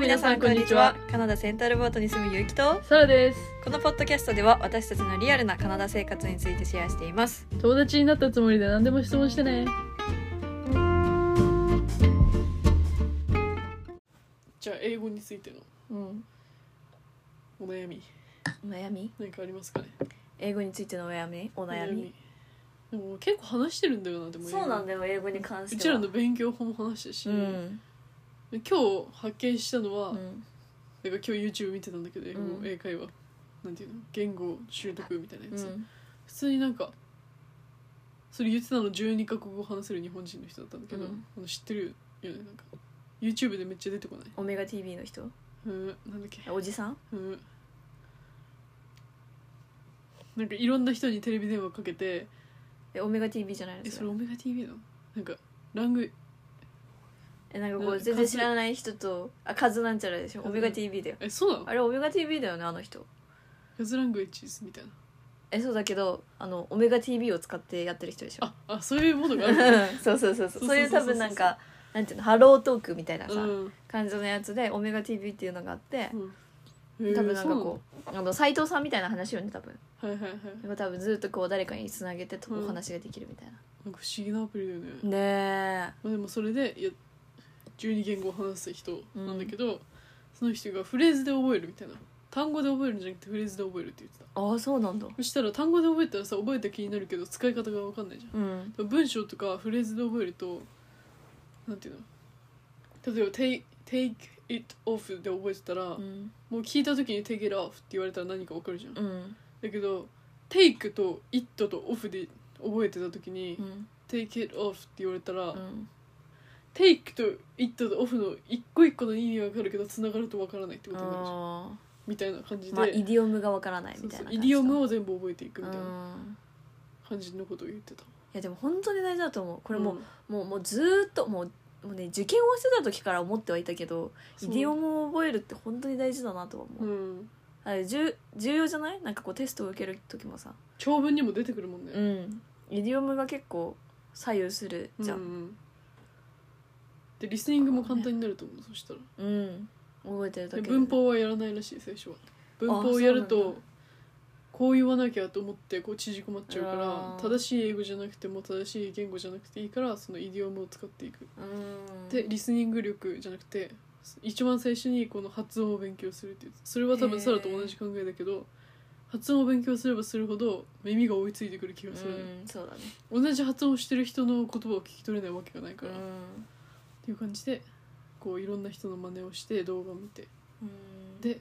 皆さんこんにちはカナダセンタルボートに住むゆうきとサラですこのポッドキャストでは私たちのリアルなカナダ生活についてシェアしています友達になったつもりで何でも質問してねじゃあ英語についてのうんお悩みお悩み何かありますかね英語についてのお悩みおお悩みでも結構話してるんだよなでもそうなんだだよ英語に関してうはちらの勉強法も話したし、うん、で今日発見したのは、うなんかん、今日 YouTube 見てたんだけど英語,、うん英会話なんていうの言語習得みたいなやうつ、ん普通になんかそれ言ってたの12カ国語話せる日本人の人だったんだけうど、んあの知ってるよねなんか YouTube でめっちゃ出てこないオメガ TV の人うんなんだっけおじさんうんなんかいろんな人にテレビ電話かけてえオメガ TV じゃない「えですそかれオメガ TV なの?」なんかラングえなんかこううん全然知らない人とあカズなんちゃらでしょカズオメガ TV だよえそうなのあれオメガ TV だよねあの人カズラングエッジみたいなえそうだけどあのオメガ TV を使ってやってる人でしょああそういうものが あるうん そうそうそうそうそういう多分なんかなんていうのハロートークみたいなさ、うん感じのやつでオメガ TV っていうのがあって多分うなんかそこうあの斎藤さんみたいな話よね多分うなのはいはいはいなんかでも多分ずっとこう誰かにつなげてとうんお話ができるみたいな、不思議なアプリだよね、ねまあ、でもそれでいや12言語を話す人なんだけど、その人がフレーズで覚えるみたいな単語で覚えるんじゃなくてフレーズで覚えるって言ってたえああそうなんだそしたら単語で覚えたらさ覚えた気になるけど使い方が分かんないじゃんうん文章とかフレーズで覚えるとなんていうの例えば「take, take it off」で覚えてたら、うんもう聞いた時に「take it off」って言われたら何か分かるじゃん、うんだけど「take」と「it」と「off」で覚えてた時にうん「take it off」って言われたら、うんテイクとイットとオフの一個一個の意味がわかるけど繋がるとわからないってことになるじゃんあみたいな感じーで、まあイディオムがわからないそうみたそいうなイディオムをを全部覚えていくうみたいなん感じのことを言ってたいやでも本当に大事だと思うここれもう、もうもうずーっともうもうね受験をしてた時から思ってはいたけどイディオムを覚えるって本当に大事だなとは思う、うんあれ重重要じゃないなんかこうテストを受ける時もさ、長文にも出てくるもんねうん、イディオムが結構左右するじゃ、うんんでリスニングも簡単になると思うそしたらうん覚えてるだでけで文法はやらないらしい最初は文法をやるそうなんとだこう言わなきゃと思ってこう縮こまっちゃうかあらー正しい英語じゃなくても正しい言語じゃなくていいからそのイディオムを使っていくうんでリスニング力じゃなくて一番最初にこの発音を勉強するっていうそれは多へ分ーサラと同じ考えだけど発音を勉強すればするほど耳が追いついてくる気うがするのよ、んそうだね同じ発音をしてる人の言葉を聞き取れないわけがないかうら、っんていう感じでこういろんな人の真似をして動画を見てうんで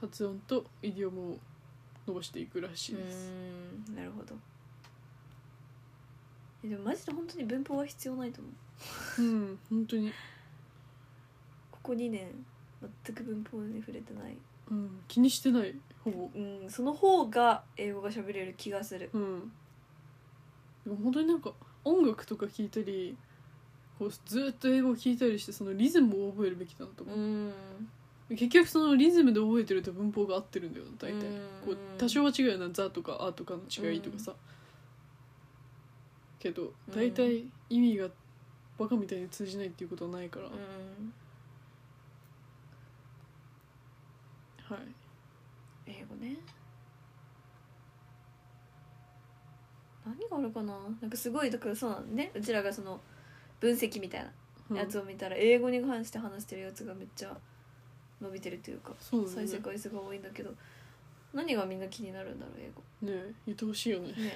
発音とイディオムを伸ばしていくらしういです、んなるほどえでもマジで本当に文法は必要ないと思ううん本当に、ここ2年全く文法に触れてないうん、気にしてないほぼうんその方が英語が喋れる気がするうんでも本当になんか音楽とか聴いたりこうずっと英語を聴いたりしてそのリズムを覚えるべきだなと思う、ん結局そのリズムで覚えてると文法が合ってるんだよな大体、うんこう多少は違うよな「ザ」とか「あ」とかの違いとかさ、けどうん大体意味がバカみたいに通じないっていうことはないから、うんはい英語ね何があるかななんかすごいだからそうなのねうちらがその分析みたいうんなやつを見たら、英語に関して話してるやつがめっちゃ伸びてるというかそうだ再ね生回数が多いんだけど何がみんな気になるんだろう英ね言ってほしいよね語ね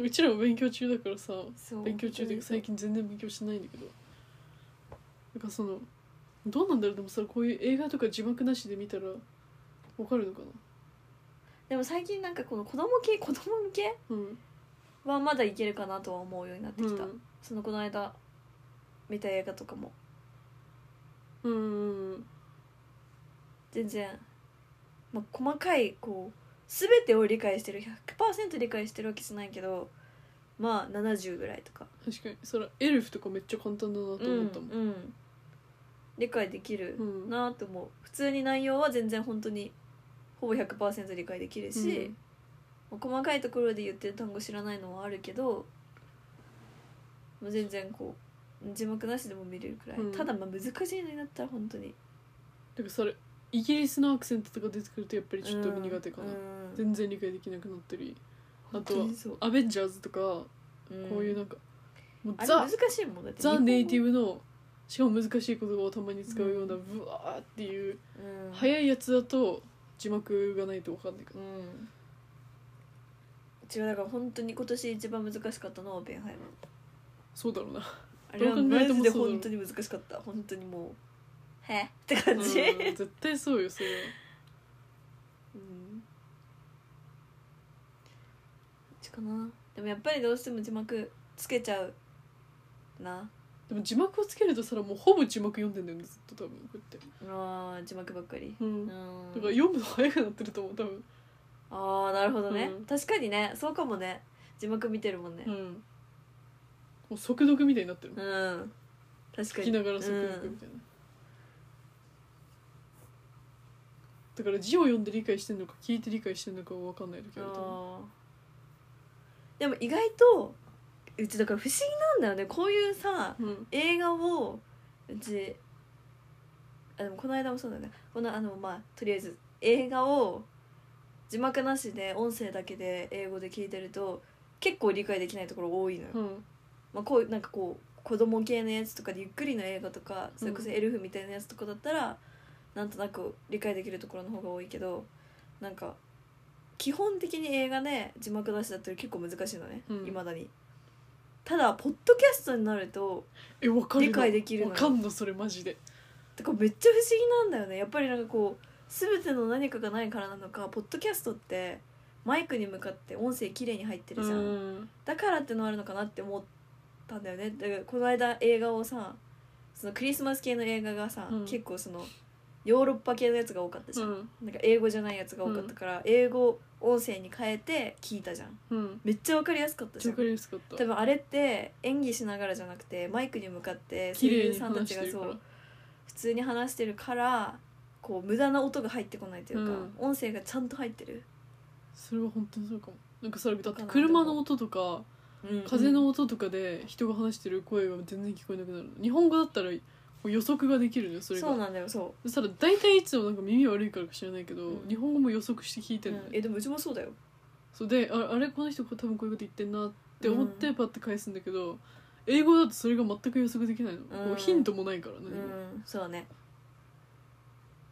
うちらも勉強中だからさそう勉強中で最近近全然勉強してないんだけどなんかそのどうなんだろうでもさこういう映画とか字幕なしで見たらわかるのかでも最近なんかこの子供系子供向けなうんはまだいけるかなとは思うようになってきた、うんそのこの間見た映画とかもうん全然、まあ、細かいこう全てを理解してる100%理解してるわけじゃないけどまあ70ぐらいとか確かにそれエルフとかめっちゃ簡単だなと思ったもんうんうん理解できるうんなと思う普通に内容は全然本当にほぼ100%理解できるし、まあ細かいところで言ってる単語知らないのはあるけど、まあ、全然こう字幕なしでも見れるくらい、うんただまあ難しいのになったら本当にだからそれイギリスのアクセントとか出てくるとやっぱりちょっとうん苦手かな、うん全然理解できなくなったりあ本と当はにそう「アベンジャーズ」とかこうんういうなんか、もあうれザ難しいもんだってザ・ネイティブ、ブのしかも難しい言葉をたまに使うようなブワーっていううん、早いやつだと字幕がないと分かんないかうらん違うだから本当に今年一番難しかったのはオッペンハイマーそうだろうなあれはどう考マえてジもでそうだろう本当に難しかった本当にもうへって感うんじ、絶対そうよそれはうんこっちかなでもやっぱりどうしても字幕つけちゃうなでも字幕をつけるとさらもうほぼ字幕読んでんだよねずっと多分こうやって、あー字幕ばっかりうんうんだから読むの早くなってると思う多分ああなるほどね、うん確かにねそうかもね字幕見てるもんねうんもう速読みたいになってるうん、確か聞にきながら速う読みんたいな、だから字を読んで理解してんのか聞いて理解してんのか分かんない時あると思うあーでも意外とうちだから不思議なんだよねこういうさうん映画をうちあでもこの間もそうだねこのあのまあとりあえず映画を字幕なしで音声だけで英語で聞いてると結構理解できないところ多いのよ、うんまあ、こうなんかこう子供系のやつとかでゆっくりの映画とかそれこそエルフみたいなやつとかだったら、なんとなく理解できるところの方が多いけどなんか基本的に映画で字幕なしだったら結構難しいのねうんいま、未だに。ただポッドキャストになるとえ分かるな理解できるのよ分かんのそれマジでだからめっちゃ不思議なんだよねやっぱりなんかこう全ての何かがないからなのかポッドキャストってマイクに向かって音声綺麗に入ってるじゃん、うんだからってのあるのかなって思ったんだよねだからこの間映画をさそのクリスマス系の映画がさ、うん結構そのヨーロッパ系のやつが多かったじうゃん、んなんか英語じゃないやつが多かったから、英語音声に変えて聞いたじゃんうんめっちゃわかりやすかったじゃ分んかりやすかった多分あれって演技しながらじゃなくてマイクに向かって声綺麗優にさんた話ちしがてるそからう普通に話してるからこう無駄な音が入ってこないというか、うん音声がちゃんと入ってる、それは本当にそうかもなんかそれだって車の音とか風風のの音とかで人が話してる声が全然聞こえなくなる日本語だったらこう予測ができるのよそれがそうなんだよそうそしたら大体いつもなんか耳悪いからか知らないけど、うん日本語も予測して聞いてるのねうん、えでもうちもそうだよそうでああれこの人こう多分こういうこと言ってんなって思ってうパッて返すんだけど、英語だとそれが全く予測できないの、うこんうヒントもないからね、うんそうね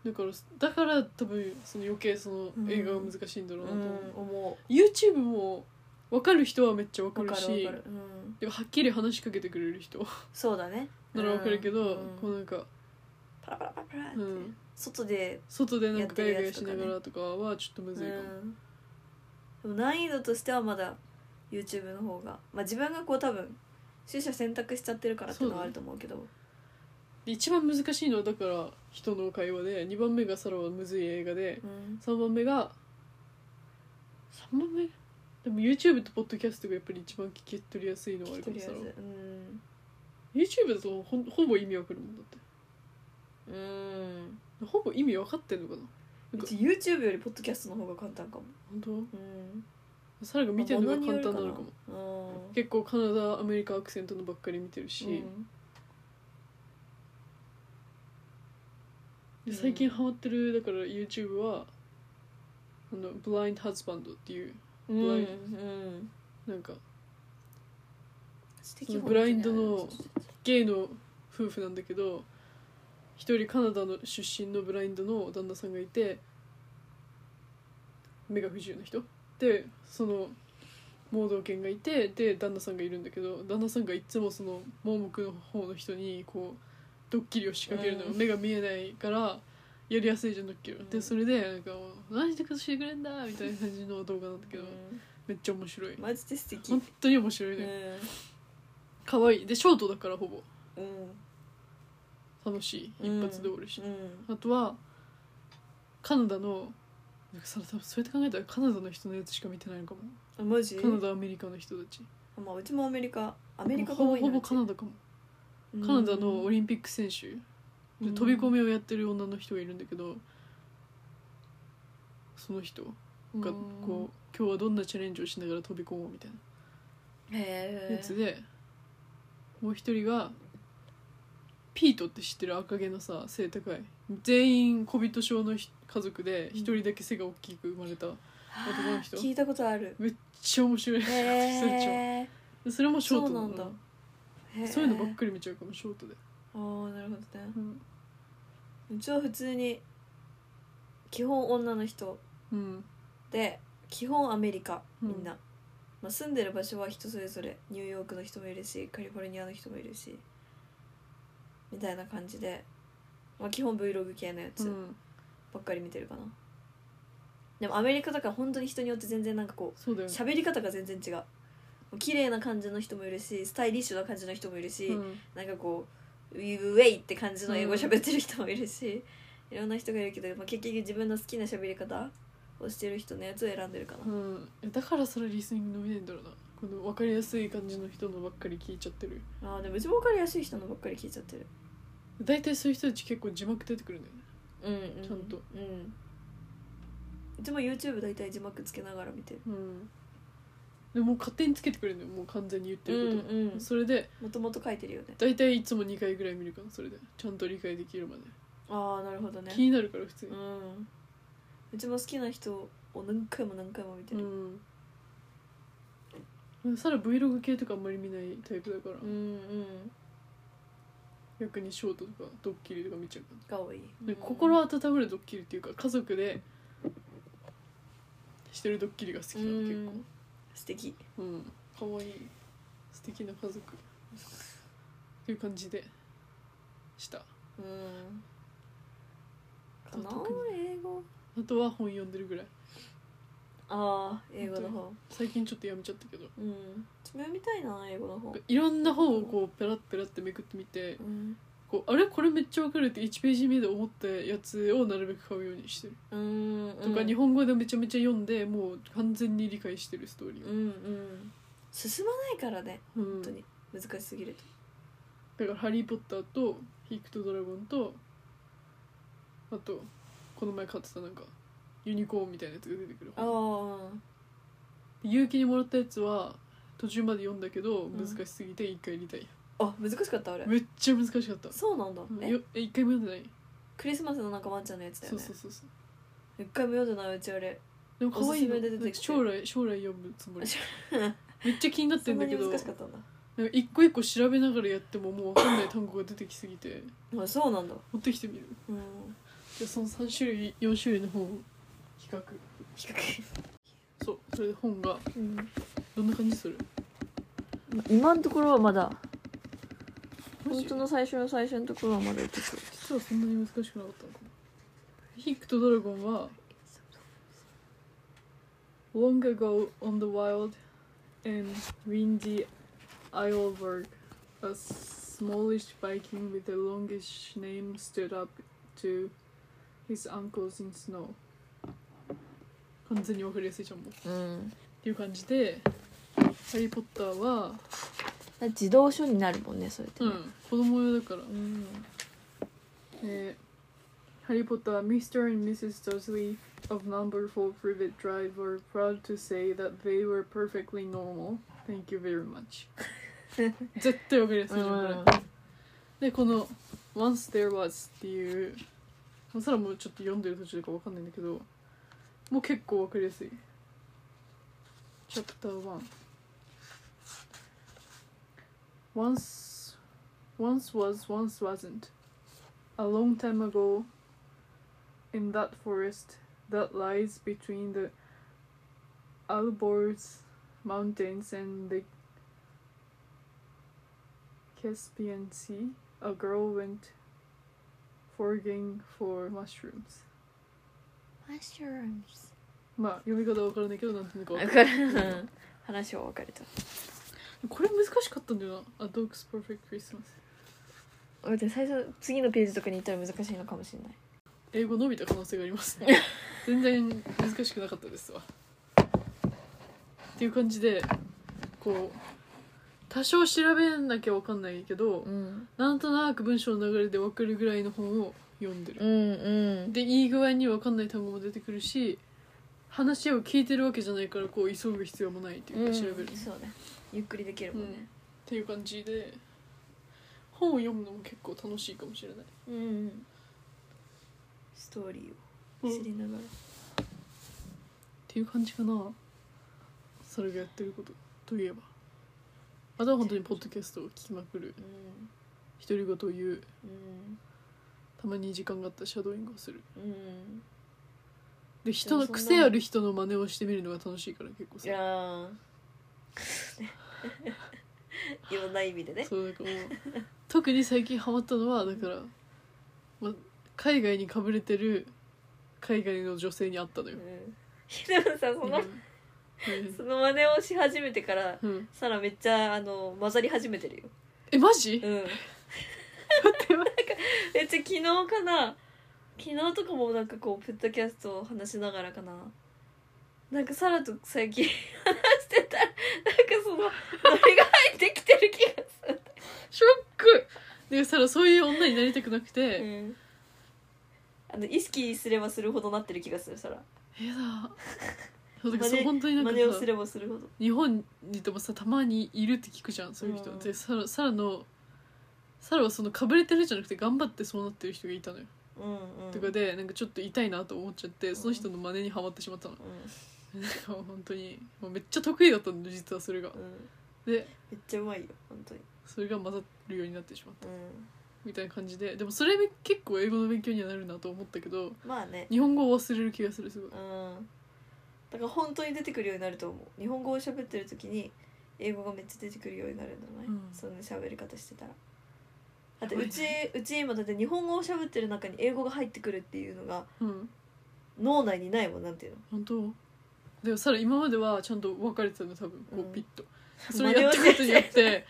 だからだから多分その余計その映画が難しいんだうろうなと思う、ん思 YouTube も分かる人はめっちゃ分うかわるかるしわかる、うん、でもはっきり話しかけてくれる人そうだねなら分かるけど、うんこうなんか、パラパラパラパラって、うん、外で外でなんやっかてガるヤガやヤつしとかなねがらとかはちょっとむずいかも、うんでも難易度としてはまだ YouTube の方がまあ自分がこう多分取捨選択しちゃってるからっていうのはあると思うけどで一番難しいのはだから人の会話で2番目がサラはむずい映画でうん3番目が3番目でも YouTube とポッドキャストがやっぱり一番聞き取りやすいのはあるかともりあサラはえずうん、 YouTube だとほんほぼ意味わかるもんだってうん、ほぼ意味わかってんのかなうち YouTube よりポッドキャストの方が簡単かも本うん当サラが見てるのが簡単なのかもあ物による結構カナダアメリカアクセントのばっかり見てるし、かなうんで最近ハマってるだから YouTube はあのブラインドハズバンドっていううんブライうんなんか素敵そのブラインドのゲイの夫婦なんだけど一人カナダの出身のブラインドの旦那さんがいて目が不自由な人でその盲導犬がいてで旦那さんがいるんだけど旦那さんがいつもその盲目の方の人にこうドッキリを仕掛けるのよ、うん目が見えないからやりやすいじゃんドッキリを、うでんそれでなんか「何してくしてくれんだ」みたいな感じの動画なんだけど、うんめっちゃ面白いマジで素敵本当に面白いね可愛いでショートだからほぼうん楽しいうん一発で終わるし、うんあとはカナダのなんかそれ多分そうやって考えたらカナダの人のやつしか見てないのかもあマジカナダアメリカの人たちまあうちもアメリカアメリカがほ多ぼいなほぼうちカナダかも、カナダのオリンピック選手うでん飛び込みをやってる女の人がいるんだけどその人がこう今日はどんなチャレンジをしながら飛び込もうみたいなうんへやえつでもう一人がピートって知ってる赤毛のさ背高い全員小人症のひ家族で一人だけ背が大きく生まれた、男の人聞いたことあるめっちゃ面白いへえでそれもショートなのそうなんだそういうのばっかり見ちゃうかもショートで、ああなるほどねうちは普通に基本女の人うんで基本アメリカみんな、うまあ、住んでる場所は人それぞれニューヨークの人もいるしカリフォルニアの人もいるしみたいな感じで、まあ、基本 Vlog 系のやうつんばっかり見てるかな、でもアメリカだから本当に人によって全然なんかこそうだうよね喋り方が全然違うもう綺麗な感じの人もいるしスタイリッシュな感じの人もいるし、うんなんかこう「ウィウェイ」って感じの英語喋ってる人もいるし、いろんな人がいるけど、まあ、結局自分の好きな喋り方をしてる人のやつを選んでるかな、うんえだからそれリスニング伸びないんだろうなこの分かりやすい感じの人のばっかり聞いちゃってるあーでもうちも分かりやすい人のばっかり聞いちゃってる大体そういう人たち結構字幕出てくるんだよねうん、うちゃんとうんうちも YouTube 大体字幕つけながら見てるうんでもう勝手につけてくれるんだよもう完全に言ってること、うんうんそれでもともと書いてるよね大体いつも2回ぐらい見るからそれでちゃんと理解できるまで、ああなるほどね気になるから普通うにんうちも好きな人を何回も何回も見てうるん、うん、サラ Vlog 系とかあんまり見ないタイプだから、うんうん逆にショートとかドッキリとか見ちゃうかが多いら、で心温まるドッキリっていうか家族でしてるドッキリが好きうなの結ん素敵構うん可愛いい素敵な家族っていう感じでしたうんかな特に英語あとは本読んでるぐらいああ英語の方最近ちょっとやめちゃったけどうん読みたいな英語の方いろんな本をこうペラッペラってめくってみてうんこうあれこれめっちゃわかるって1ページ目で思ったやつをなるべく買うようにしてる、うんとか日本語でめちゃめちゃ読んでもう完全に理解してるストーリーうを、んうん進まないからねうん本当に難しすぎるとだから「ハリー・ポッター」と「ヒクとドラゴンと」あとこの前買ってたなんかユニコーンみたいなやつが出てくるあ本勇気にもらったやつは途中まで読んだけどん難しすぎて一回リタイああ難しかったあれアめっちゃ難しかったそうなんだえよえ一回も読んでないクリスマスのなんかワンちゃんのやつだよそうねそうそうそう一回も読んでないうちあれでも可愛いおのすすめで出てきてなんか将来将来読むつもりめっちゃ気になってそんんなだにけど難しかったんだなんか一個一個調べながらやってももう分かんない単語が出てきすぎてあそうなんだ持ってきてみるうんでその3種類4種類の本を比較比較そうそれで本がうんどんな感じする今のところはまだマジ本当の最初の最初のところはまだってくる実はそんなに難しくなかったのかなヒックとドラゴンは Long ago on the wild and windy Isleberg, a smallish Viking with a longish name stood up to his uncles in snow. 完全に分かりやすいじゃんもう。っうんていう感じで、ハリー・ポッターは、自動書になるもんねそれってうねん、子供用だから。うんえーハリー・ポッター Mr. and Mrs. Dudley of number 4 Privet Drive were proud to say that they were perfectly normal. Thank you very much. 絶対わかりやすいじゃんこれ。で、この Once There Was っていう、まあそれはもうちょっと読んでる途中かわかんないんだけど、もう結構わかりやすい。チャプター1 Once, once was, once wasn't. A long time ago, in that forest that lies between the Alborz Mountains and the Caspian Sea, a girl went foraging for mushrooms. マッシュルームスまあ読み方わからないけどなんて いうのかわかだるから話は分かれたこれ難しかったんだよな。A Dog's Perfect Christmas。だって最初次のページとかに行ったら難しいのかもしれない英語伸びた可能性がありますね全然難しくなかったですわっていう感じでこう多少調べなきゃ分かんないけど、んなんとなく文章の流れで分かるぐらいの本を読んでる、んうんでいい具合に分かんない単語も出てくるし話を聞いてるわけじゃないからこう急ぐ必要もないっていうか調べる、そうねゆっくりできるもんうんっねていう感じで本を読むのも結構楽しいかもしれない、うんストーリーを知っりながら、ていう感じかなそれがやってることといえばあとは本当にポッドキャストを聞きまくるう独り言を言うんうんたまに時間があったらシャドーイングをするうんで人のでもそんな癖ある人の真似をしてみるのが楽しいから結構いさやー いろんな意味でねそうなんかもう特に最近ハマったのはだから、ま、海外にかぶれてる海外の女性に会ったのうよん、、でもさその、うんその真似をし始めてからうん、サラめっちゃあの混ざり始めてるよえマジ、うんってなんかめっちゃ昨日かな昨日とかもなんかこうポッドキャストを話しながらかななんかサラと最近話してたらなんかそのノリが入ってきてる気がするショックでさらそういう女になりたくなくて、うんあの意識すればするほどなってる気がするサラえだそうだか真らそう似本当になん真似をかすさればするほど日本にいてもさたまにいるって聞くじゃんそういう人、うんでサラサラのサラはそのかぶれてるじゃなくて頑張ってそうなってる人がいたのよ、うんうんとかでなんかちょっと痛いなと思っちゃってその人の真似にはまってしまったの、なんかもう本当にもうめっちゃ得意だったんで実はそれがうん、うん、でめっちゃうまいよ本当にそれが混ざるようになってしまったうんみたいな感じででもそれ結構英語の勉強にはなるなと思ったけどまあね日本語を忘れる気がするすごういんだから本当に出てくるようになると思う日本語を喋ってる時に英語がめっちゃ出てくるようになるんじゃない、うんそんな喋り方してたらだってやばういちうち今だって日本語を喋ってる中に英語が入ってくるっていうのがうん脳内にないもんなんていうの本当でもさら今まではちゃんと分かれてたの多分こうんうピッと、それやったことによって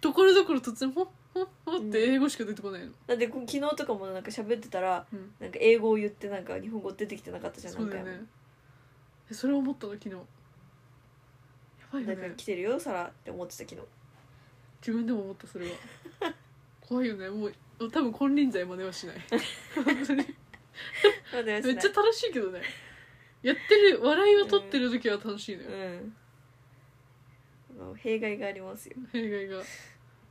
ところどころ突然ほっほっほっって英語しか出てこないの、だってこう昨日とかもなんか喋ってたらうんなんか英語を言ってなんか日本語出てきてなかったじゃんそうだよねえそれ思ったの昨日やばい何回もよだかねら来てるよサラって思ってた昨日自分でも思ったそれは怖いよねもう多分金輪際真似はしない本当にまだやって めなっいちゃ楽しいけどねやってる笑いを取ってる時は楽しいのよ、うんあの弊害がありますよ弊害が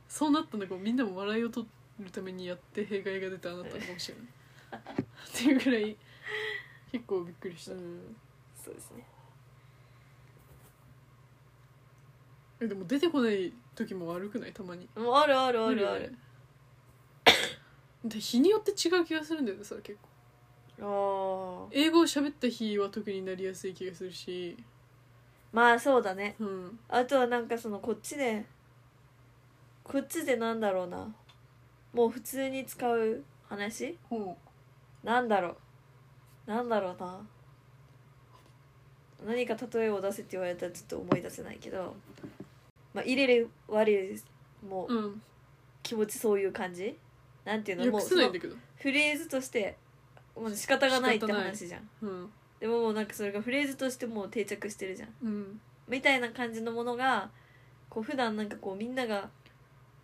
そうなったんだからみんなも笑いを取るためにやって弊害が出てああなったのかもしれないっていうぐらい結構びっくりした、うんそうですねえでも出てこない時も悪くないたまにもうあるあるあるあよるねで日によって違う気がするんだよねそれ結構ああ英語を喋った日は特になりやすい気がするしまあそうだねうんあとはなんかそのこっちでこっちでなんだろうなもう普通に使う話ほなんだろうなんだろうな何か例えを出せって言われたらちょっと思い出せないけどまあ入れる悪いですもううん気持ちそういう感じ、なんていうのも訳うせそないのんだけどフレーズとしてもう仕方がないって仕方ない話じゃんうんでももうなんかそれがフレーズとしてもう定着してるじゃんうんみたいな感じのものがこう普段なんかこうみんなが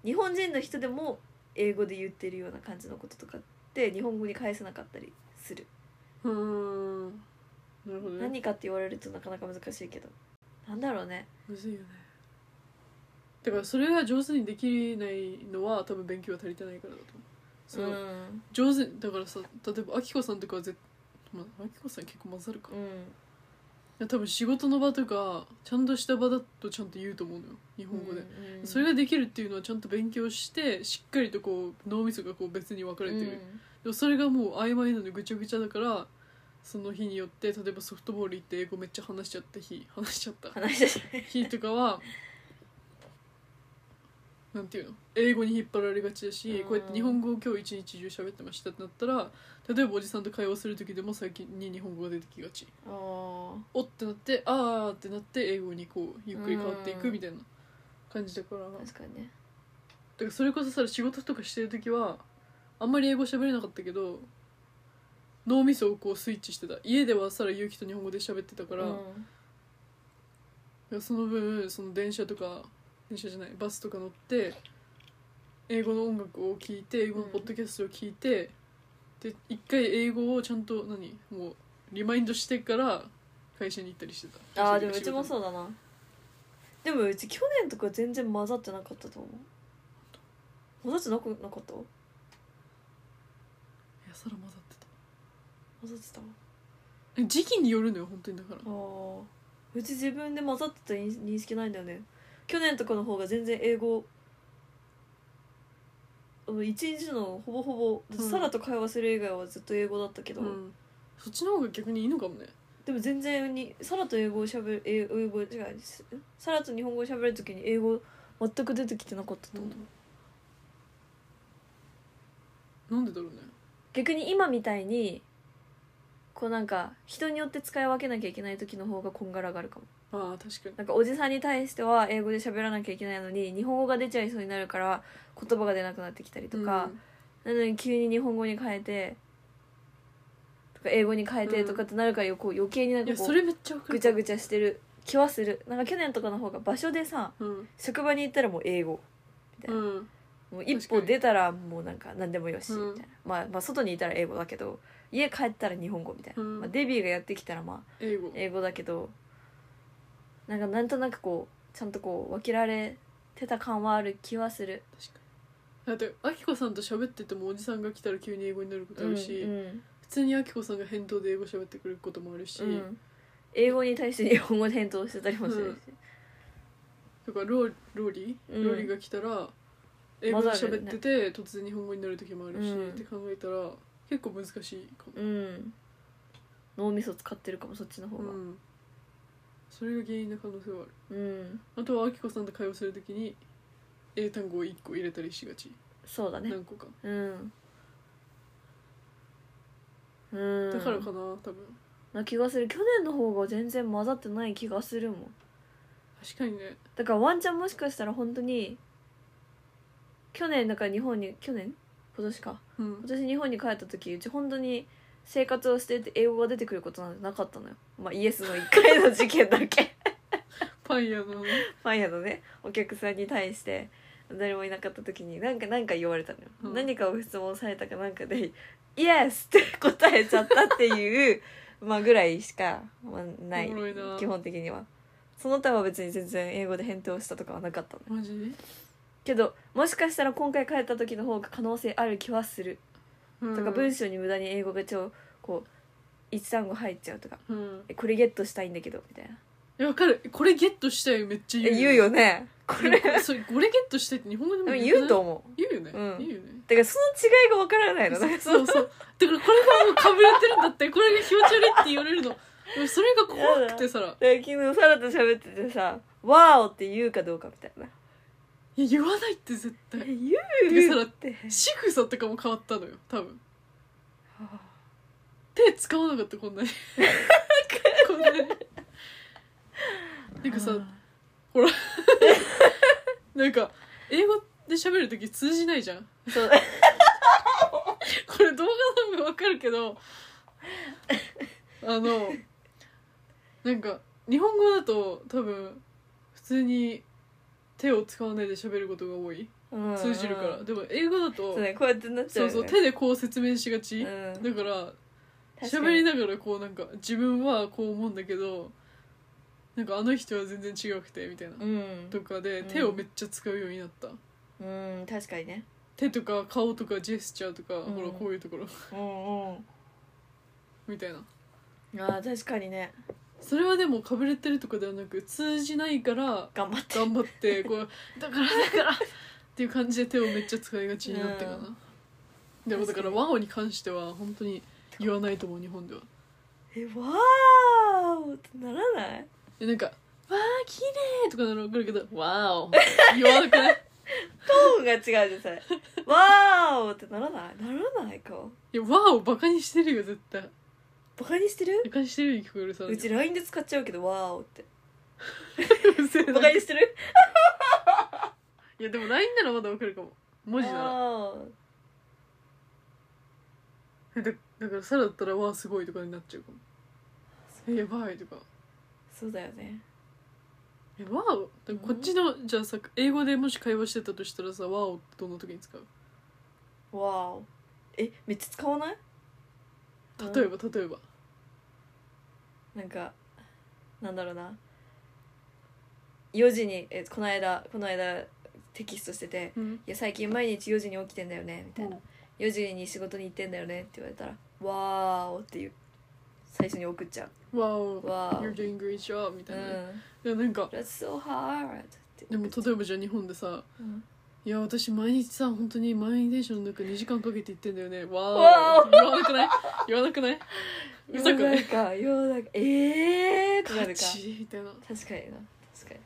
日本人の人でも英語で言ってるような感じのこととかって日本語に返せなかったりする、うんなるほどね何かって言われるとなかなか難しいけどなんだろうねむずいよねだからそれが上手にできないのは多分勉強が足りてないからだと思うその、うん上手だからさ例えばあきこさんとかは絶まあきこさん結構混ざるか、ういんや多分仕事の場とかちゃんとした場だとちゃんと言うと思うのよ日本語で、うんそれができるっていうのはちゃんと勉強してしっかりとこう脳みそがこう別に分かれてる、でもそれがもう曖昧なのでぐちゃぐちゃだからその日によって例えばソフトボール行って英語めっちゃ話しちゃった日話しちゃったうん、話し日とかはなんていうの英語に引っ張られがちだし、うんこうやって日本語を今日一日中喋ってましたってなったら例えばおじさんと会話する時でも最近に日本語が出てきがちあーおってなってあーってなって英語にこうゆっくり変わっていくみたいな感じだから、だか確かにねらそれこそさ仕事とかしてる時はあんまり英語喋れなかったけど脳みそをこうスイッチしてた家ではさらゆうきと日本語で喋ってたから、うんいやその分その電車とか電車じゃないバスとか乗って英語の音楽を聴いて英語のポッドキャストを聞いて、で一回英語をちゃんと何もうリマインドしてから会社に行ったりしてたあーでもうちもうそうだなでもうち去年とか全然混ざってなかったと思うもう一つなくなかった混やさら混ざってたざってたえ時期によるのよ本当にだからあーうち自分で混ざってた認認識ないんだよね去年とかの方が全然英語あの一日のほぼほぼ、だってうんサラと会話する以外はずっと英語だったけど、うんそっちの方が逆にいいのかもねでも全然にサラと英語をしゃべる英英語違うすサラと日本語をしゃべる時に英語全く出てきてなかったと思う、なんでだろうね逆に今みたいにこうなんか人によって使い分けなきゃいけない時の方がこんがらがるかもああ確かになんかおじさんに対しては英語で喋らなきゃいけないのに日本語が出ちゃいそうになるから言葉が出なくなってきたりとか、なのに急に日本語に変えてとか英語に変えてとかってなるからよこう余計になうんん、かいやこそうれめっちゃわかるぐちゃぐちゃしてる気はするなんか去年とかの方が場所でさうん職場に行ったらもう英語うんもう一確か歩に出たらもうなんか何でもよしみうんたいな、まあ、まあ外にいたら英語だけど家帰ったら日本語みたいな、うんまあ、デビーがやってきたらまあ英語英語だけどなんかなんとなくこうちゃんとこう分けられてた感はある気はする確かにだってあきこさんと喋っててもおじさんが来たら急に英語になることあるし、うん普通にあきこさんが返答で英語喋ってくれることもあるし、うんうん英語に対して日本語で返答してたりもするし、だからローローリー、うんローリーが来たら英語で混ざる喋ねってて、突然日本語になる時もあるし、うんって考えたら結構難しいかもうん脳みそ使ってるかもそっちの方がうんそれが原因な可能性はあるうんあとはあきこさんと会話するときに英単語を1個入れたりしがちそうだね何個かうんうんだからかな多分な気がする去年の方が全然混ざってない気がするもん確かにねだからワンチャンもしかしたら本当に去年だから日本に去年今年かうん私日本に帰った時うち本当に生活をしてて英語が出てくることなんてなかったのよまあイエスの1回の事件だけパン 屋のパン屋のねお客さんに対して誰もいなかった時に何か何か言われたのよ、うん何かを質問されたかなんかで「イエス!」って答えちゃったっていう まあぐらいしか、まあ、ないおもろいな基本的にはその他は別に全然英語で返答したとかはなかったのよマジ、けどもしかしたら今回帰った時の方が可能性ある気はするうん、とか文章に無駄に英語が超こう一単語入っちゃうとかうんえこれゲットしたいんだけどみたいなえわかるこれゲットしたいめっちえゃ言う言うよねここれれ それこれゲットしたいって日本語でもくない言うと思う言うよね、うん言うよねだからその違いがわからないのなんかそそうそうだからこれがもう被れてるんだってこれが気持ち悪いって言われるの俺それが怖くてさらだから昨日サラと喋っててさ「ワーオ!」って言うかどうかみたいないや言わないって絶「え対言でサう!」ラって仕草とかも変わったのよ多分手使わなかったこんなにこんなになんかさなんか英語で喋る時通じないじゃんそうこれ動画なんかわかるけどあのなんか日本語だと多分普通に手を使わないで喋ることが多いうん通じるから、うんでも英語だとそうねこうやってなっちゃそううそうよね手でこう説明しがち、うんだから確かに喋りながらこうなんか自分はこう思うんだけどなんかあの人は全然違くてみたいな、うんとかでうん手をめっちゃ使うようになった、うん確かにね手とか顔とかジェスチャーとか、うんほらこういうところ うんうんみたいなあー確かにねそれはでもかぶれてるとかではなく通じないから頑張って頑張 ってこうだからだからっていう感じで手をめっちゃ使いがちになってかな、でもだか確らかにワオに関しては本当に言わないと思う日本ではえわーおってならないでなんか「わあ綺麗とかなら分かるけど「わお」言わなくないトーンが違うじゃんそ れ「わーお!」ってならないならないかいや、わをバカにしてるよ、絶対。バカにしてるバカにしてるよ、聞こえるさ。うち LINE で使っちゃうけど「わーお!」ってうるせえなバカにしてるいや、でも LINE ならまだわかるかも。文字なら。あーえだだから、サラだったら、わあ、すごいとかになっちゃうかも。え、やばいとか。そうだよねえ、わおだからこっちの、じゃあさ、英語でもし会話してたとしたらさ、わおってどんな時に使う「わーお!」えめっちゃ使わない例えばば、例えば。なんかなんだろうな4時にえこの間この間テキストしててうん「いや最近毎日4時に起きてんだよね」みたいな「4時に仕事に行ってんだよね」って言われたら「わーお」っていう最初に送っちゃうわ「わお You're ー doing great job みお」うたいな、いんやなんか「That's so hard」ってでも例えばじゃあ日本でさうん「いや私毎日さ本当に満員電車の中2時間かけて行ってんだよねわわおお」言わなくない言わなくない嘘世くなのい中世の中えーってなガるかチみたいな確かにな確かに確かに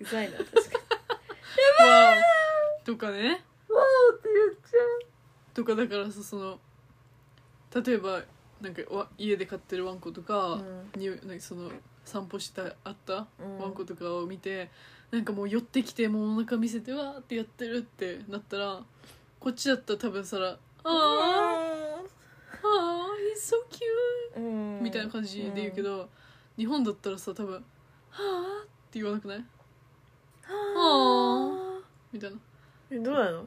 うざいな確かにわおとかねわーって言っちゃうとかだからさその例えばなんかわ家で飼ってるワンコとか,、になんかその散歩してあったうんワンコとかを見て、なんかもう寄ってきてもうお腹見せてわーってやってるってなったらこっちだったら多分さら「あーあー he's so cute」うんみたいな感じで言うけど、日本だったらさ多分「はあ」って言わなくないはあみたいなえどうなの「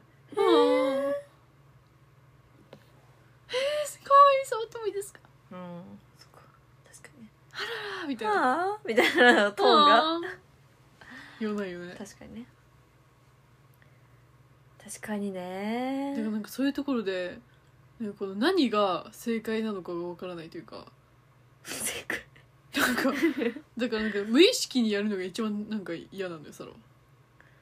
はあ」えー、すごい触ってもいいですかうんそっか確かにねあーみたいなはあみたいなトーンがが言わないよねだか確かにね確かにね らなんかそういうところでなんかこの何が正解なのかがわからないというか正解な んかだからなんか無意識にやるのが一番なんか嫌なんだよサロ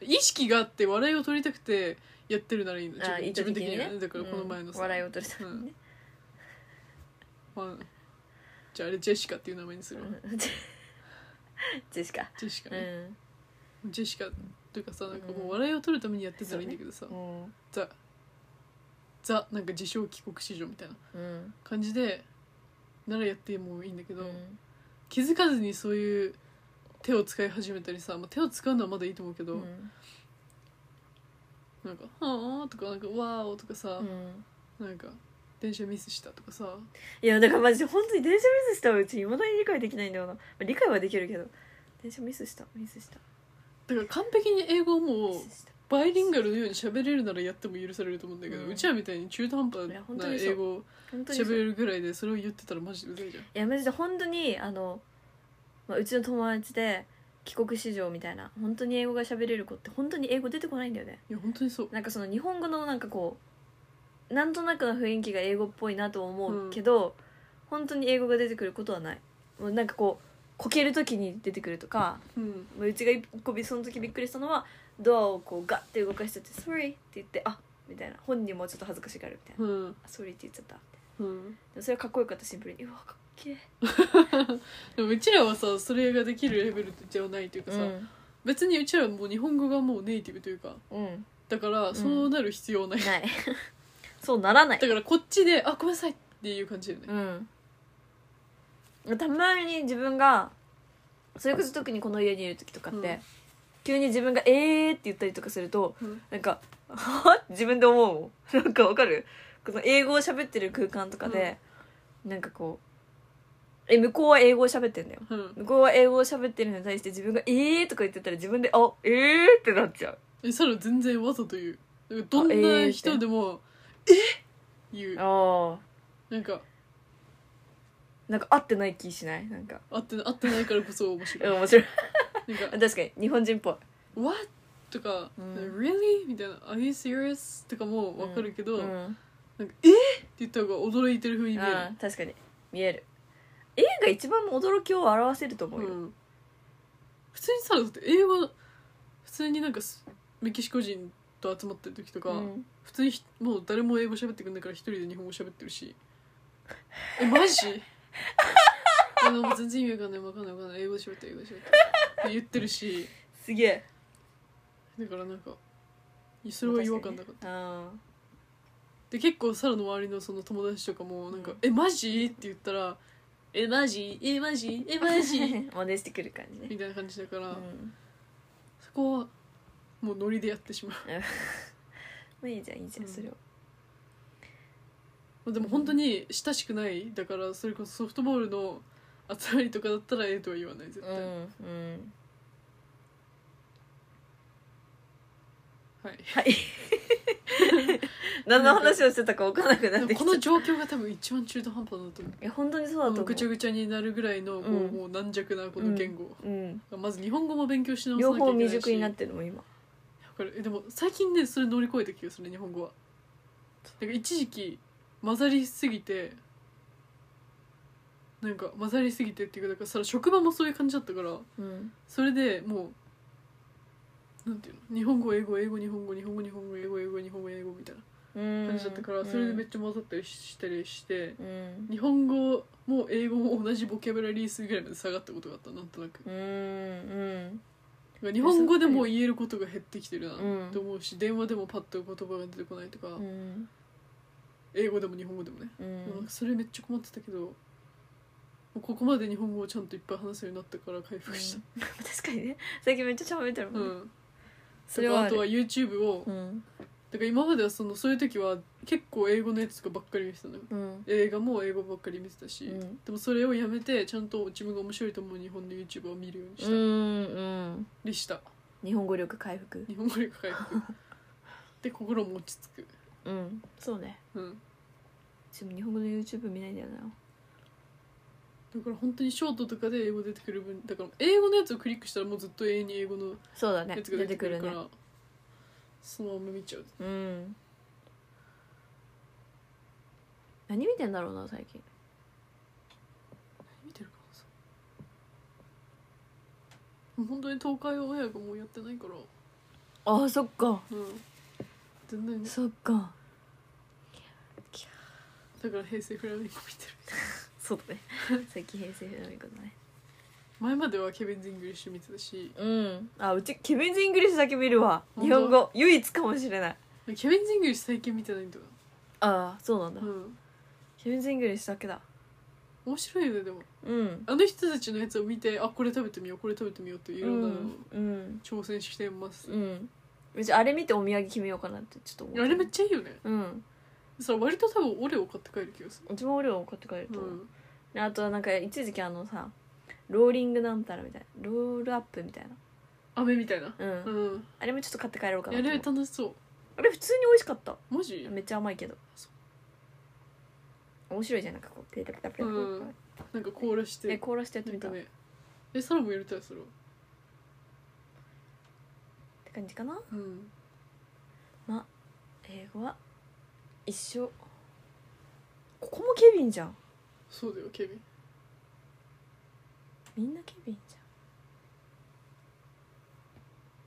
意識があって笑いを取りたくてやってるならいいんだあ意図的にねはだからこの前のうん笑いを取りためにねまあじゃああれジェシカっていう名前にするわうん ジェジェシカジェシカうね、んジェシカというかさなんかもう笑いを取るためにやってたらいいんだけどさ、うんザザなんか自称帰国子女みたいなうん感じでならやってもいいんだけど、うん気づかずにそういう手を使い始めたりさ、まあ、手を使うのはまだいいと思うけど、うんなんか「はあ」とか「なんかわーお」とかさ、うんなんか「電車ミスした」とかさいやだからマジで本当に電車ミスしたはうちいまだに理解できないんだよな、まあ、理解はできるけど電車ミスしたミスしただから完璧に英語をもミうスしたバイリンガルのように喋れるならやっても許されると思うんだけど、ううんちらみたいに中途半端いや本当なにそう英語を本当にそう喋れるぐらいでそれを言ってたらマジでうざいじゃんいやマジで本当にあの、まあ、うちの友達で帰国子女みたいな本当に英語が喋れる子って本当に英語出てこないんだよねいや本当にそうなんかその日本語のなんかこうなんとなくの雰囲気が英語っぽいなと思うけど、本当に英語が出てくることはないもうなんかこうこける時に出てくるとかうんまあうちが一個びその時びっくりしたのはドアをこうガッて動かしちゃって「sorry」って言って「あみたいな本人もちょっと恥ずかしがるみたいなうん「あ sorry」って言っちゃったみたいなうんでもそれはかっこよかったシンプルに「うわかっけえ」でもうちらはさそれができるレベルじゃないというかさ、別にうちらはもう日本語がもうネイティブというかうん、だからそうなる必要ない、 ない そうならないだからこっちで「あごめんなさい」っていう感じだよねうんたまに自分がそれこそ特にこの家にいる時とかって、うん急に自分が「えー」って言ったりとかすると、うんなんか「はぁって自分で思うもんなんかわかるこの英語を喋ってる空間とかで、なんかこうえ向こうは英語を喋ってんだようん向こうは英語を喋ってるのに対して自分が「えー」とか言ってたら自分で「あえー」ってなっちゃうえサラ全然わざと言うだからどんあえーみなたいな人でも「え言うあなんかなんか合ってない気しないなんか合って合ってないからこそ面白 うんい面白いなん確かかに日本人っぽい「What?」とか「うん Really?」みたいな「Are you serious?」とかもわかるけど、うんなんか「えっ!」って言った方が驚いてる風に見えあー確かに見える A が一番驚きを表せると思うる、よ、うん普通にサラだって英語普通になんかすメキシコ人と集まってる時とか、うん普通にひもう誰も英語喋ってくんないから一人で日本語喋ってるし えマジ あの全然意味わかんないわかんないわかんない英語で喋って英語で喋ってって言ってるしすげえだからなんかそれは違和感なかった、あで結構サラの周りのその友達とかもなんか「えマジ?」って言ったら「えマジえマジえ マジ?ー真似してくる感じ」ねみたいな感じだから、うんそこはもうノリでやってしままあいいじゃんいいじゃん、うんそれをうでも本当に親しくないだからそれこそソフトボールの集まりとかだったら「え」とは言わない絶う対。んうんはいはい 何の話をしてたか分からなくなってできもたこの状況が多分一番中途半端だと思ういや本当にそうだこと思のうぐちゃぐちゃになるぐらいのこう、うんもう軟弱なこの言語、うんまず日本語も勉強し直さ両なきゃ方いけない未し熟になってるの今かるえでも最近ねそれ乗り越えた気がする日本語はなんか一時期混ざりすぎてなんか混ざりすぎてっていうかだからそれ職場もそういう感じだったからうんそれでもうなんていうの日本語英語英語日本語日本語日本語英語英語日本語英語みたいな感じだったから、それでめっちちゃ混ざったりしたりしてゃうん日本語も英語も同じボキャブラリー数ぐらいまで下がったことがあったなんとなくうんうん日本語でも言えることが減ってきてるなうんと思うし、電話でもパッと言葉が出てこないとか、うん英語でも日本語でもね、うなんん かそれめっちゃ困ってたけどもうここまで日本語をちゃんといっぱい話すようになったから回復し確かにね最近めっちゃ喋ってるた、もうんね、んそれはああとるは YouTube を、だうんから今まではそのそういう時は結構英語のやつとかばっかり見てたのようん映画も英語ばっかり見てたし、うんでもそれをやめてちゃんと自分が面白いと思う日本の YouTube を見るようにしうたんうんりした日本語力回復日本語力回復で心も落ち着くうんそうねうんでも日本語の YouTube 見ないんだよなだから本当にショートとかで英語出てくる分だから英語のやつをクリックしたらもうずっと永遠に英語のそうだねやつが出て出てくくるるかねら、そのまま見ちゃううん何見てんだろうな最近見てるかなそう本当に東海オンエアがもうやってないからああそっかうん全然ねそっかだから平成フラミンゴ見てるそうだね 最近平成フラミンゴだね前まではケビン・ズ・イングリッシュ見てたしうんあうちケビンズ・イングリッシュだけ見るわ本日当本語唯一かもしれないケビン・ズ・イングリッシュ最近見てないんだよああそうなんだ、なうんケビンズ・イングリッシュだけだ面白いよねでもうんあの人たちのやつを見てあこれ食べてみようこれ食べてみようっていういろんなのをうん挑戦してます、うんうちあれ見てお土産決めようかなってちょっと思ってあれめっちゃいいよねうんそれ割と多分オレオ買って帰る気がすうちも俺を買って帰るるとう思う、んであとはなんか一時期あのさローリングなんたらみたいなロールアップみたい飴みたいななうん、うんあれもちょっと買って帰ろうかあなと思うれ楽しそうあれ普通に美味しかったマジめっちゃ甘いけどそ面白いじゃんなんかこうペタペタペタペタ、うんなんか凍らしえて凍らしてやってなんみた、かねえサラもやりたいそれはって感じかなうん英語は一生ここもケビンじゃんそうだよケビンみんなケビンじ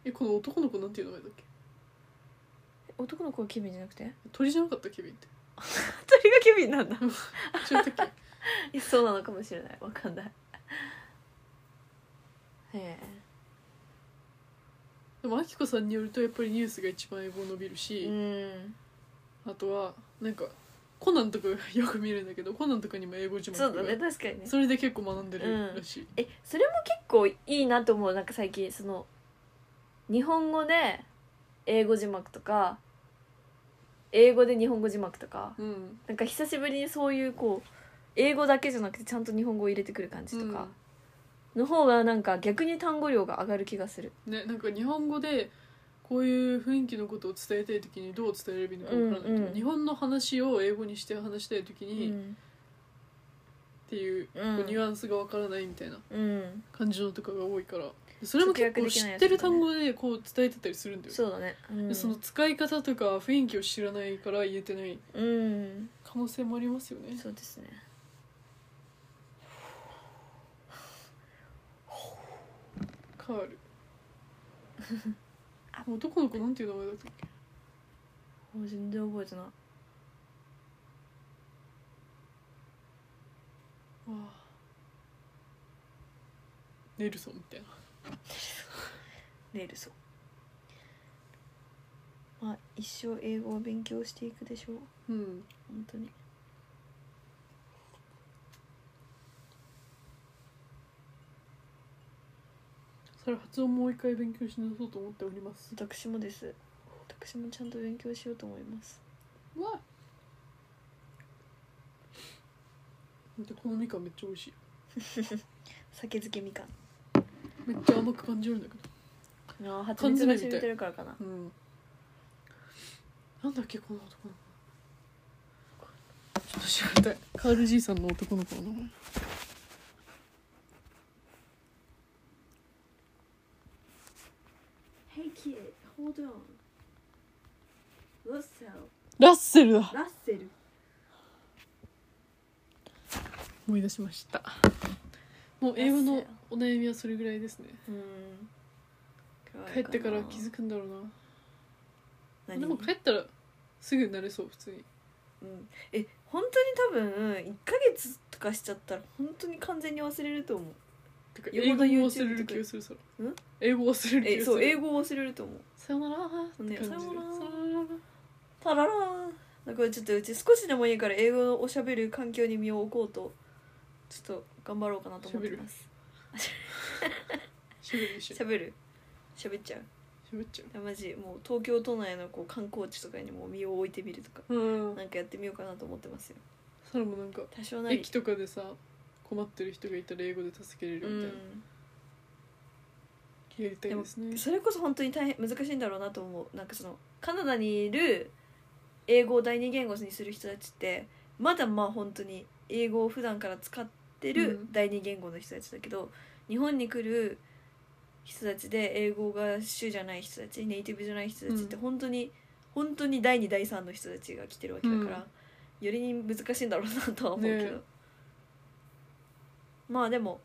えこの男の子なんていう名前だっけゃん男の子はケビンじゃなくて鳥じゃなかったケビンって鳥がケビンなんだ違ったっけいやそうなのかもしれないわかんないへでもアキコさんによるとやっぱりニュースが一番英語伸びるえし、うんあとはなんかコナンとかよく見るんだけどコナンとかにも英語字幕そうだがね確かにねそれで結構学んでるらしい、えそれも結構いいなと思うなんか最近その日本語で英語字幕とか英語で日本語字幕とかうんなんか久しぶりにそういうこう英語だけじゃなくてちゃんと日本語を入れてくる感じとかの方がなんか逆に単語量が上がる気がするね、なんか日本語でこういう雰囲気のことを伝えたい時にどう伝えればいいのかわからないけど、うんうん日本の話を英語にして話したい時うにっんていう,、うんニュアンスがわからないみたいなうん感じのとかが多いからそれも結直訳構でき知ないやっつとかねてる単語でこう伝えてたりするんだよ、そうだねうでんその使い方とか雰囲気を知らないから言えてないうん可能性もありますよねそうですねカール 男の子なんていう名前だったっけもう全然覚えてないわあネルソンみたいなネイルソンまあ一生英語を勉強していくでしょううん本当にそれ発音もう一回勉強し直そうと思っております私もです私もちゃんと勉強しようと思いますうわだってこのみかんめっちゃ美味しい酒漬けみかんめっちゃ甘く感じるんだけああ蜂缶蜜詰がみた染いみてるからかなどうんなんだっけこの男の子ちょっと調べたいカール爺さんの男の子の名前「Hey kid. Hold on. Russell. ラッセルだ Russell. 思い出しましたもう英語のお悩みはそれぐらいですねうん。帰ってから気づくんだろうな何でも帰ったらすぐ慣れそう普通にうん、え本当に多分1ヶ月とかしちゃったら本当に完全に忘れると思うてか英英語語のを YouTube 忘れる気がするそらん英語を忘れる気えがすそう英る語を忘れると思うさよならーって感じでねさよならーさよならータララーンだからちょっとうち少しでもいいから英語のおしゃべる環境に身を置こうとちょっと頑張ろうかなと思ってますしゃべる一緒しゃべるしゃべっちゃうしゃべっちゃいやマジもう東京都内のこう観光地とかにも身を置いてみるとかううんなんかやってみようかなと思ってますよそれもなんか多少なり駅とかでさ困ってる人がいたら英語で助けれうるみたいなんやりたいですねそれこそ本当に大変難しいんだろうなと思うなんかそのカナダにいる英語を第二言語にする人たちってまだまあ本当に英語を普段から使ってうるん第二言語の人たちだけど、日本に来る人たちで英語が主じゃない人たちネイティブじゃない人たちってう本当に、本当に第二第三の人たちが来てるわけだから、よりに難しいんだろうなとは思うけど、ねえまあでも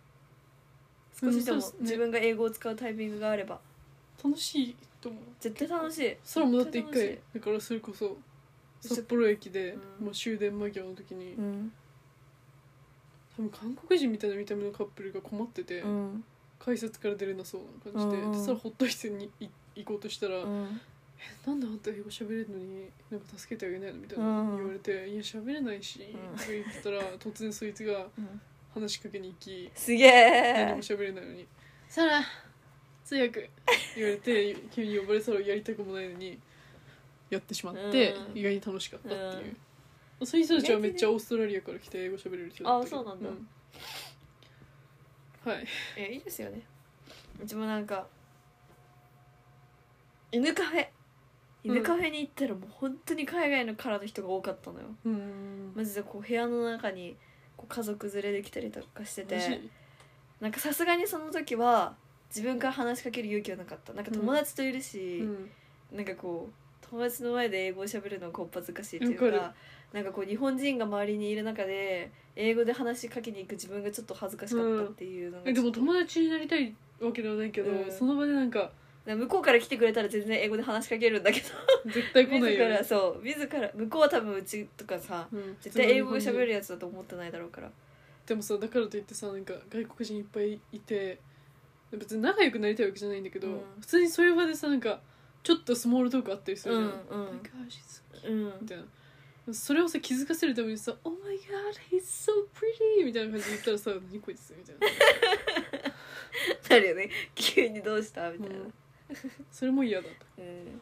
少しでうんもそうっすね自分が英語を使うタイミングがあれば楽しいと思う絶対楽しいそれもだって一絶対楽し回だからそれこそ札幌駅でうんもう終電間際の時にいうん多分韓国人みたいな見た目のカップルが困っててうん改札から出れなそうな感じでうんうんでそしたらほっとしてにい行こうとしたらう「んなんであんた英語喋れるのになんか助けてあげないの?」みたいなうん言われて「いや喋れないし」んとか言ってたら突然そいつが話しかけに行きすげ何えも喋れないのに「サラ通訳」言われて急に呼ばれたらやりたくもないのにやってしまってうん意外に楽しかったっていう、そういう人たちは意外とねめっちゃオーストラリアから来て英語喋れる人だったけどあそうなんだはいえいいですよねうちもなんか犬カフェ犬カフェに行ったらもう本当に海外のからの人が多かったのようんマジでこう部屋の中にこう家族連れで来たりとかしてマてジなんかさすがにその時は自分から話しかける勇気はなかったなんか友達といるし、うんなんかこう友達の前で英語を喋るのがこっぱずかしいというわかかなんかこう日本人が周りにいる中で英語で話しかけに行く自分がちょっと恥ずかしかったっていうのがえちでょもっと、友達になりたいわけではないけど、うんその場でなんかなんか向こうから来てくれたら全然英語で話しかけるんだけど絶対来 な自いよねらそう自ら向こうは多分うちとかさうん絶対英語が普通の日本人喋るやつだと思ってないだろうからでもさだからといってさなんか外国人いっぱいいて別に仲良くなりたいわけじゃないんだけど、うん普通にそういう場でさなんかちょっとスモールトークあったりするうじゃんんう、なんんかあ she's うんみたいなそれをさ気づかせるためにさ「Oh my god he's so pretty」みたいな感じで言ったらさ「何こいつ」みたいななるよね急にどうしたみたいな、うんそれも嫌だとうんで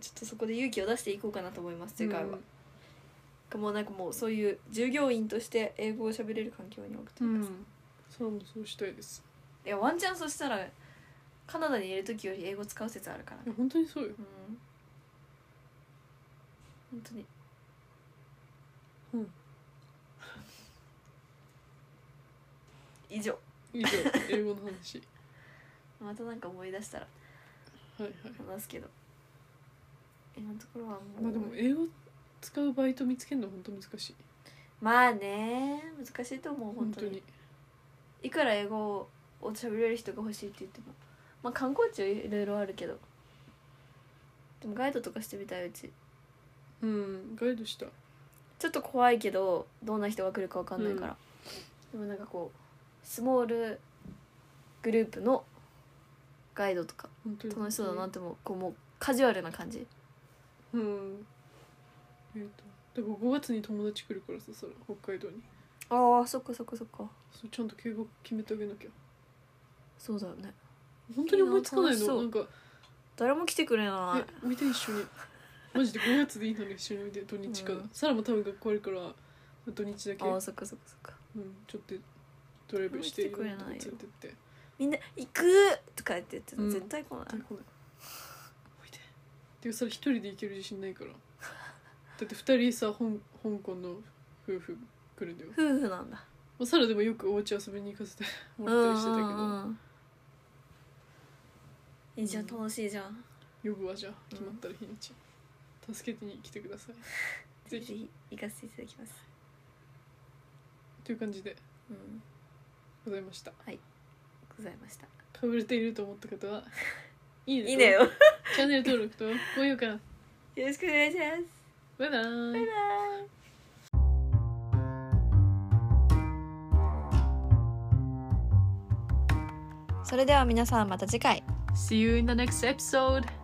ちょっとそこで勇気を出していこうかなと思います次回は、もうなんかもうそういう従業員として英語を喋れる環境に置くとういん、ううか、ん、そうもそうしたいですいやワンチャンそしたらカナダにいる時より英語使う説あるからいや本当にそうようん本当にうん以上以上英語の話またなんか思い出したらはいはい話すけど今のところはもうまあでも英語使うバイト見つけるの本当難しいまあね難しいと思う本本当当ににいくら英語を喋れる人が欲しいって言ってもまあ観光地はいろいろあるけどでもガイドとかしてみたいうちうんガイドしたちょっと怖いけどどんな人が来るかわかんないから、でもなんかこうスモールグループのガイドとか本当に楽しそうだなって思うこうもうカジュアルな感じうんえっ、とだから5月に友達来るからさそれ北海道にああそっかそっかそっかそうちゃんと計画決めてあげなきゃそうだよね本当に思いつかないいいな楽しそのうなんか誰も来てくれなえおいで一緒にマジで5月でいいのに一緒においで土日かうら、んサラも多分学校あるから土日だいけ、あうあん、そっかそっかそっかちょっとドライブして来てくれないよいろんなとこ連れてってみんな「行く!」とか言って言ってたうん絶対来ない、絶対来ないおいででそれ一人で行ける自信ないからだって二人さほん香港の夫婦来るんだよ夫婦なんだまあサラでもよくお家遊びに行かせてもらったりしてたけど、うんうんうんいいじゃん楽しいじゃん夜はじゃあ決まったら日にち、助けに来てくださいぜぜひひ行かせていただきますという感じでうんございましたございましたかぶれていると思った 方はいいねといいねよよチャンネル登録と高評価ろしくお願いしますバイバーバイバイそれでは皆さんまた次回 See you in the next episode